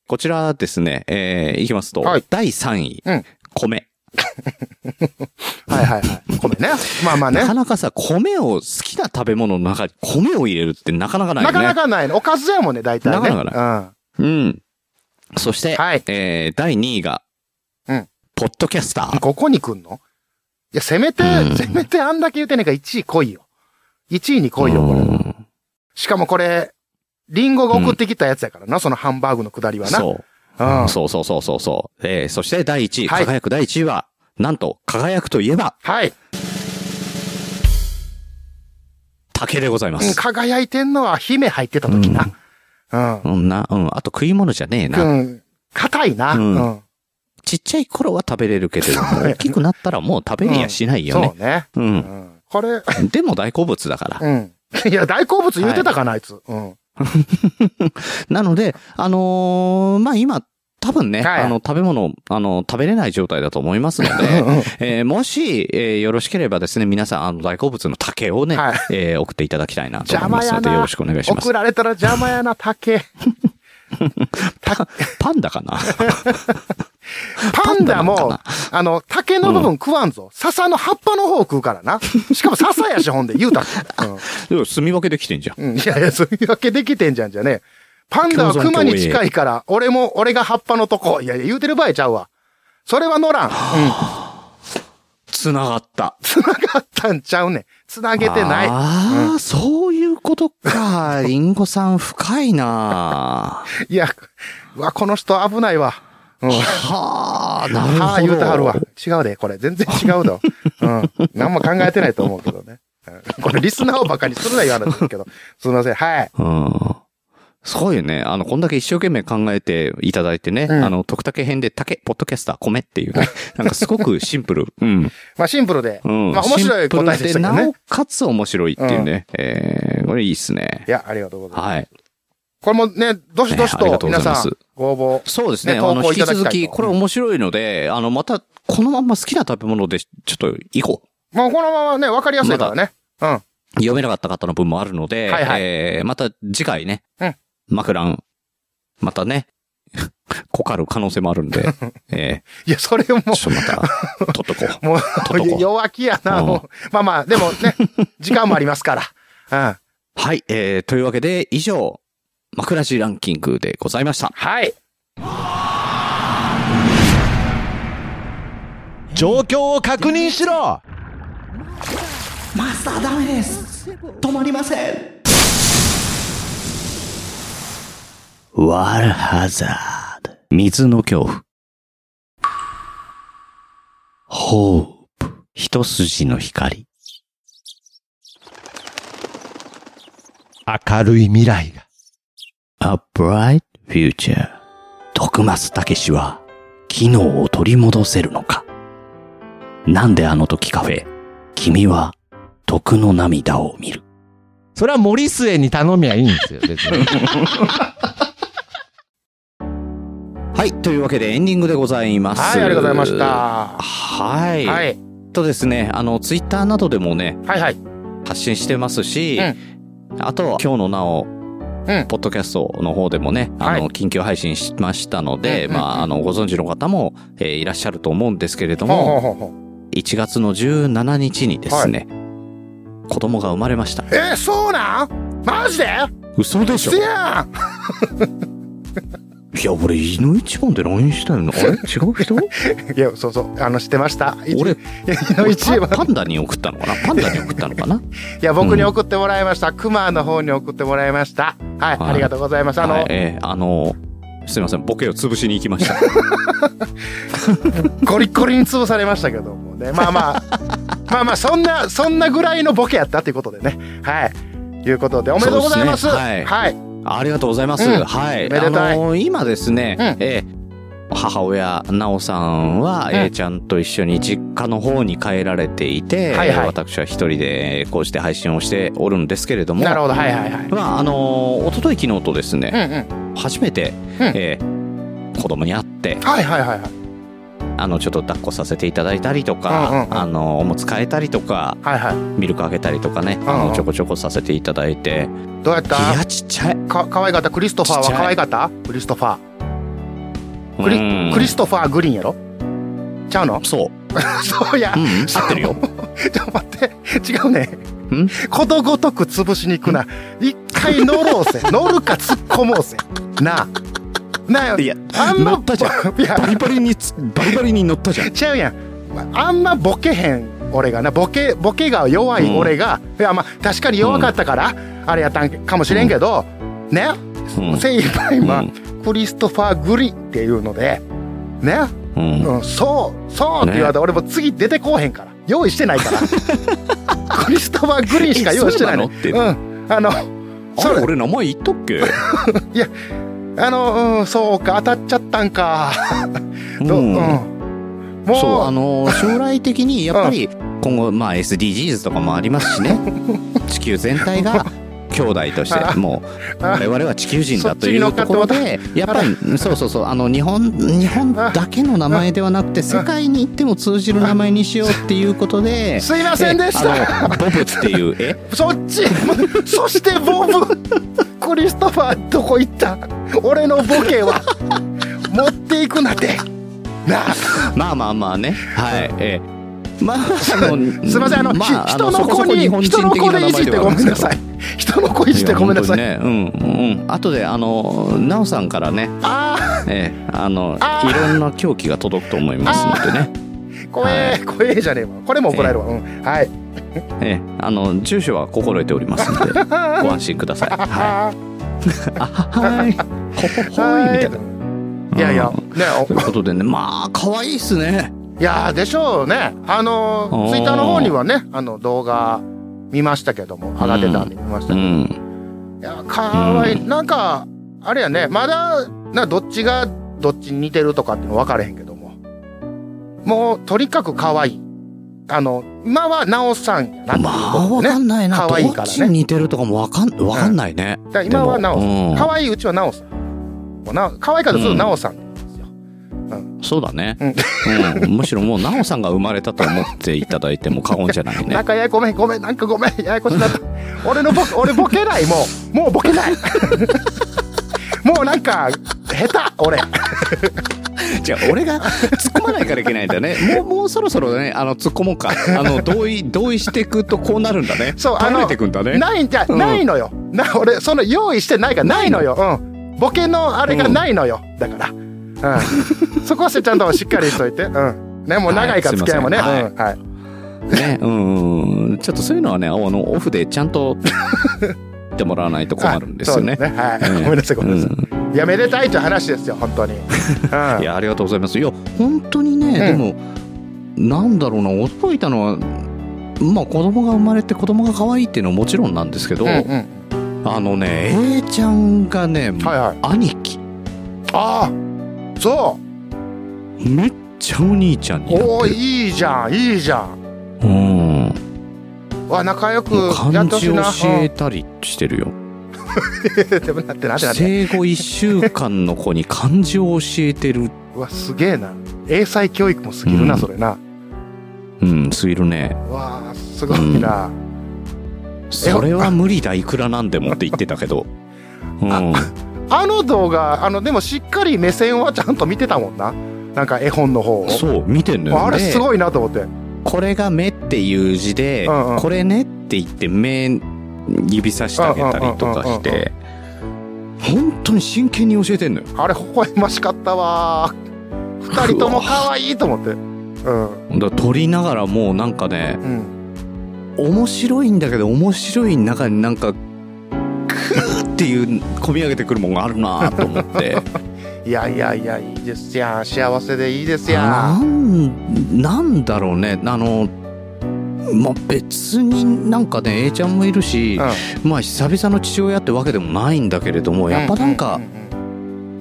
こちらですね、えー、いきますと、はい第3位、うん米。はいはいはい。米ね。まあまあねな。かなかさ、米を、好きな食べ物の中に米を入れるってなかなかないよなね。かなかないの。おかずやもんね、大体ね。なかなかうん。そして、はいえー、第2位が、うんポッドキャスタうん。ー。ここに来んのいや、せめて、うんせめてあんだけ言うてんねんから1位来いよ。1位に来いよ、これ。うんしかもこれ、リンゴが送ってきたやつやからな、そのハンバーグのくだりはな。。そうんう。。そうそうそうそうそう。えー、そして第1位、はい輝く第1位は、なんと、輝くといえば、はい。竹でございまうんす。輝いてんのは姫入ってた時な。うん。うん、な、うん、あと食い物じゃねえな。うん。硬いな。ううんん。ちっちゃい頃は食べれるけれど も、大きくなったらもう食べれやしないよそね。うね。う。うんん。これ、でも大好物だから。うん。いや、大好物言うてたかな、あいつ。うん。なので、あのーまあ、今、多分ね、はいあの、食べ物、あの、食べれない状態だと思いますので、えーもし、えーよろしければですね、皆さん、あの、大好物の竹をね、はいえー送っていただきたいなと思邪いま魔すやので、な。よろしくお願いします送。られたら邪魔やな、 竹。パンダかな パパンンダダなんもか、あの、竹の部分食わんぞ。笹の葉っぱの方食うからな。しかも笹やし、ほんで、言うたら。 でも住み分けできてんじゃん。うん。うんいやいや、そういうわけできてんじゃんじゃねえ。パンダは共存熊共栄に近いから、俺も、俺が葉っぱのとこ。いやいや、言うてる場合ちゃうわ。それは乗らん。うん。繋がった。繋がったんちゃうねん。繋げてない。ああ、そういうことか。リンゴさん深い ないや、うわ、この人危ないわ。うん。はあ、なるほど。はあ、言うてはるわ。違うで、これ。全然違 うだ。うん。何も考えてないと思うけどね。うんこれ、リスナーをバカにするな言わないですけど。すいません。はい。うん。すごいよね。あの、こんだけ一生懸命考えていただいてね。うんあの、徳竹編で竹、ポッドキャスター、米っていうね。なんかすごくシンプル。うん。まあ、シンプルで。うん。まあ、面白い答えでシンプルしたけどなねお。かつ面白いっていうね。えー、これいいっすねい。や、ありがとうございます。はい。これもね、どしどしねありがと、とうご皆ざいますさん、ご応募。そうですね。ねあ投の、稿引いきただきたいと続き、これ面白いので、あの、また、このまんま好きな食べ物で、ちょっと行こう。もうこのままね、わかりやすいからね。うん。読めなかった方の分もあるので、はいはいえー、また次回ね。うんマクラン、またね、 こかる可能性もあるん で、えー、いや、それも、ちょっとまた、取っとこ う。も取っとこう、う弱気やな、うんもう。まあまあ、でもね、時間もありますから。うん。はい、えー、というわけで、以上、枕地ランキングでございました。はい。状況を確認しろマスターダメです止まりませんワールハザード。水の恐怖。ホープ。一筋の光。明るい未来が A bright future。徳松武氏は、機能を取り戻せるのか。なんであの時カフェ、君は、徳の涙を見る。それは森末に頼みゃいいんですよ別にはい、というわけでエンディングでございます。はい、ありがとうございました。。ははい。い。はいとですね、あの、ツイッターなどでもね、はい。発信してますし、うあとは今日のなお、うんポッドキャストの方でもね、あはいの、緊急配信しましたので、うんうんうんまあ、あの、ご存知の方も、えーいらっしゃると思うんですけれどほうほうも、ほうほう。 1月の17日にですね、子供が生まれました。えー、そうなんマジで嘘でせやんいや、俺、犬一番で LINE してんのあれ違う人いや、そうそう、あの、知ってました。 い 俺、いやいや一パ番。パンダに送ったのかなパンダに送ったのかないや、僕に送ってもらいました。クマの方に送ってもらいました。はい、はいありがとうございます。 あの、はいえーあのすいませんボケを潰しに行きました ゴリッゴリに潰されましたけどもね。まあまあ、 まあまあ、そんな、そんなぐらいのボケやったということでね。はい。いうことで、おめでとうございます。そうですはい。ねありがとうございます、うんはいおめでたいあの今ですね、うんえー母親なおさんは、んえーちゃんと一緒に実家の方に帰られていて、はいはいえー私は一人でえーこうして配信をしておるんですけれどもなるほど、はいはいはい。まああのー、一昨日昨日とですね、うんうん。初めて、うんえー子供に会ってはいはいはいはい。あのちょっと抱っこさせていただいたりとか、うんうんうんあのおむつ替えたりとかはいはミルクあげたりとかね、あうんうんのちょこちょこさせていただいて、い。どうやっいたやちっちゃい、か、可愛かったクリストファーはちっちゃい可愛かったクリストファー。クリ、うんクリストファーグリーンやろちゃうの そう、そうやう。ん、合ってる よちょっと待って。違うね。んことごとく潰しに行くな。一回乗ろう ぜ。乗るか突っ込もうぜ。なあ。なあ、いやあんま、 乗ったじゃいや、バリバリにつバリバリに乗ったじゃんちゃうやん。あんまボケへん俺がな、ボケ、ボケが弱い俺が、いや、まあ、確かに弱かったから、あれやったんかもしれんけど、ね、うん精一杯う今ん、クリストファー・グリーンっていうので、ね、うんうん、そうそうって言われたら俺も次出てこうへんから用意してないからクリストファー・グリーンしか用意してないのえそううんあのあそれれ俺名前言ったっ けあの、うん、そうか当たっちゃったんかどうん、もうそうあの将来的にやっぱり今後まあ SDGs とかもありますし ね地球全体が兄弟としあ てもうあ我々は地球人だといそうっちに乗っとかってこもろらったでやっぱりそうそうそうあの日本日本だけの名前ではなくて世界に行っても通じる名前にしようっていうことで。すいませんでしえたあのボブっていうえ そっち そしてボブクリストファーどこ行った俺のボケは持っていくなってなあまあまあまあね。はい。ええまあ、あの、 すみません、あの、ひ人の子に、人の子でいじってごめんなさい。。人の声してごめんなさい。や本当にね、うんうん。後であのなおさんからね、 あええ、あのあーいろんな狂気が届くと思いますのでね、あ、怖え、怖えじゃねえわ。これも怒られるわ。うん、はい。ええ、あの住所は心得ております ので、ご安心ください。は。はいあはい。ほほほいみたいな。いやいや、うねん、ということでね、まあ可愛いっすね。おいやーでしょうね。あのおーー、ツイッターの方にはね、あの動画見ましたけども、上がってたんで見ましたうけど、ん。いやー、かわいい。なんか、あれやね、まだ、な、どっちがどっちに似てるとかっていうの分かれへんけども。もう、とにかくかわいい。あの、今はなおさんやなっていうまあことわでかね。んないな。可愛いどからねっちに似てるとかもわかんわかんないね。だから今はなおさでもうんん。かわいいうちはなおさん。もうな、かわいかったらすうぐんなおさん。そうだね。うんうん。むしろもうなおさんが生まれたと思っていただいても過言じゃないねなん。かややごめんごめんなんかごめんややこし なった俺のボケ俺ボケないもうもうボケないもうなんか下手俺じゃあ俺が突っ込まないからいけないんだ ね。もうもうそろそろねあの突っ込もうか。あの同意同意していくとこうなるんだね。そうあ耐えのられてくんだね。ないんじゃ、うんないのよな俺その用意してないからないのようんボケのあれがないのよ、だか らうんそこはせちゃんとしっかりしといてうんねもう長いから付き合いもね、はいうんはいね、うん、ちょっとそういうのはね、あの、オフでちゃんと言ってもらわないと困るんですよね。そうはい、うんごめんなさいごめんなさい、ういやめでたいという話ですよ本 当に、うん、んいや、ありがとうございます。いや、本当にね、うんでも、なんだろうな、驚いたのは、まあ、子供が生まれて子供が可愛いっていうのはもちろんなんですけど、うんうんあのね、A ちゃんがね、はいはい兄貴、ああそうめっちゃお兄ちゃんになっおおてる。いいじゃんいいじゃんうん。わ仲良くもうや漢ってほ字しい教なえたりしてるよ。うん でもなってなってなって生後1週間の子に漢字を教えてる。うわすげえな英才教育もすぎるな、うんそれなうん、すぎるね。わあすごいな、それは無理だいくらなんでもって言ってたけど、うん、 あの動画あのでもしっかり目線はちゃんと見てたもんななんか絵本の方をそう見てんのよ、ね、あれすごいなと思ってこれが「目」っていう字で「うんうんこれね」って言って目指さしてあげたりとかして本当に真剣に教えてんのよ、あれ微笑ましかったわ二人とも可愛いと思ってうんだから撮りながらもうなんかねうん面白いんだけど面白い中になんかクーっていう込み上げてくるもんがあるなと思 って。いやいやいやいいですやん幸せでいいですやなんんなんだろうねあのまあ別になんかね A ちゃんもいるし、まあ久々の父親ってわけでもないんだけれどもやっぱなんか、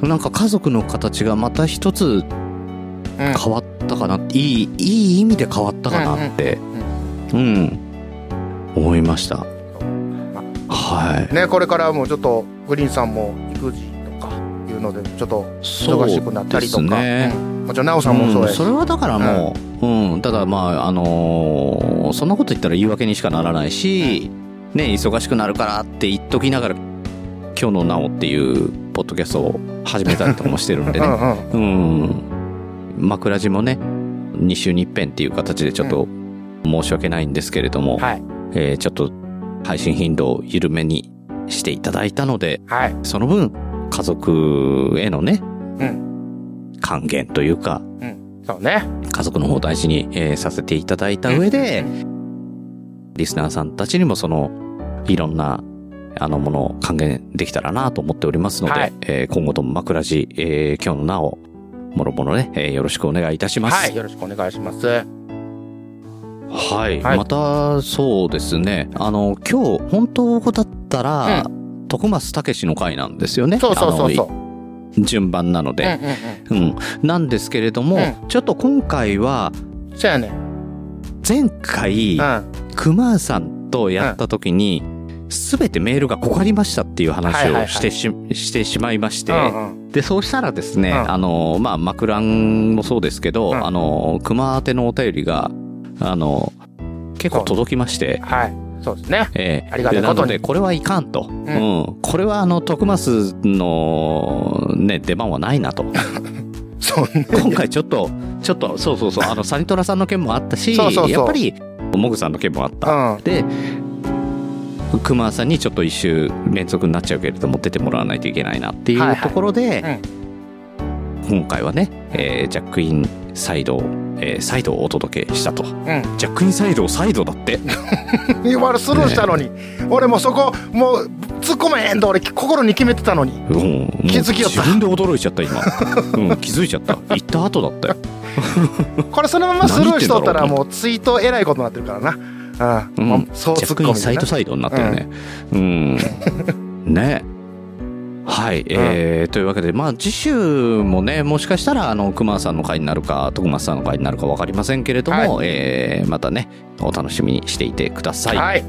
ううなんか家族の形がまた一つうんうん変わったかな、いいいい意味で変わったかなってうん、思いましたはいね、これからもちょっとグリーンさんも育児とかいうのでちょっとそう忙でしすくなったりとか、ねうんもちろん奈緒さんもそうやし、それはだからもう、うんただまああのーそんなこと言ったら言い訳にしかならないし、ね忙しくなるからって言っときながら「今日のなお」っていうポッドキャストを始めたりとかもしてるんでうねん うんうん枕地もね2週に1遍っていう形でちょっと申し訳ないんですけれども、はいえーちょっと配信頻度を緩めにしていただいたのではいその分家族へのね、う還元というかそうね家族の方を大事に、えーさせていただいた上で、リスナーさんたちにもその、いろんな、あのものを還元できたらなと思っておりますので、はいえー今後とも枕地、えー今日のなお、もろもろね、えーよろしくお願いいたします。はいよろしくお願いしますはい。はいまた、そうですね。あの、今日、本当だったら、徳松たけしの回なんですよね。そうそうそうそうあの順番なのうんうで。んううん、なんですけれども、うちょっと今回は、んそうやね前回、うんクマーさんとやった時に、すべてメールがこかりましたっていうは話いはいはをいしてし,、してしまいまして、うんうんで、そうしたらですね、うんあの、まあ、マクランもそうですけど、うんあの、クマ宛てのお便りが、あの、結構届きまして、はいそうですねええありがたいことなにので、これはいかんと。うんん。これは、あの、徳松の、ね、出番はないなと。そうね今回ちょっと、ちょっと、そうそう そう、あの、サニトラさんの件もあったし、そうそうそうやっぱり、モグさんの件もあった。うんで熊さんにちょっと一周連続になっちゃうけれども出てもらわないといけないなっていはいうはいところで、うん今回はね、えージャックインサイドを、えーサイドをお届けしたと、んジャックインサイドをサイドだって今俺スルーしたのに、俺もうそこもう突っ込めへんと俺心に決めてたのにうんもう気づきよった自分で驚いちゃった今、うん、気づいちゃった行った後だったよこれそのままスルーしとったら何言ってんだろうもうツイートえらいことになってるからなううん、んもうそうジャ突ッっク込イみンサイドサイドになったよね。うん。ね。はい、えーというわけで、まあ、次週もね、もしかしたら、あの、熊さんの回になるか、徳松さんの回になるか分かりませんけれども、えーまたね、お楽しみにしていてください。はい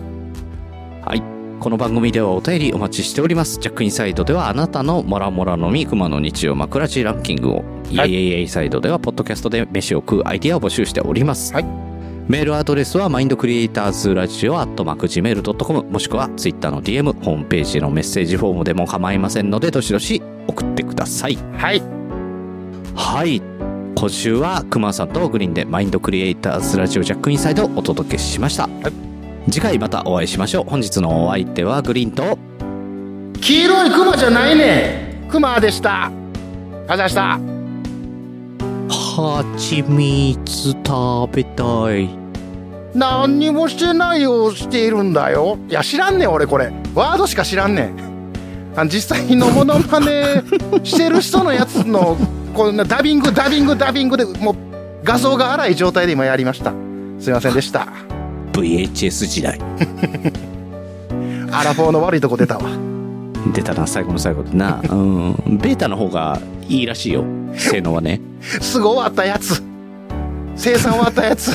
この番組ではお便りお待ちしております。ジャックインサイドではあなたのモラモラのみ、熊の日曜枕地ランキングを、イはエいイエイエイサイドではポッドキャストで飯を食うアイディアを募集しております。はいメールアドレスはマインドクリエイターズラジオアットマーク Gmail.com もしくはツイッターの DM、ホームページのメッセージフォームでも構いませんので、どしどし送ってください。はいはい。今週は熊さんとグリーンでマインドクリエイターズラジオジャックインサイドをお届けしました。次回またお会いしましょう。本日のお相手はグリーンと黄色いクマじゃないねんクマでしたありがとうございましたはちみつ食べたい。何にもしてないをしているんだよいや知らんねん俺これワードしか知らんねんあの実際のモノマネしてる人のやつのこんなダビングダビングダビングでもう画像が荒い状態で今やりましたすいませんでした VHS 時代。アラフォーの悪いとこ出たわ出たな、最後の最後でな。 うん。ベータの方がいいらしいよ。性能はね。すぐ終わったやつ生産終わったやつ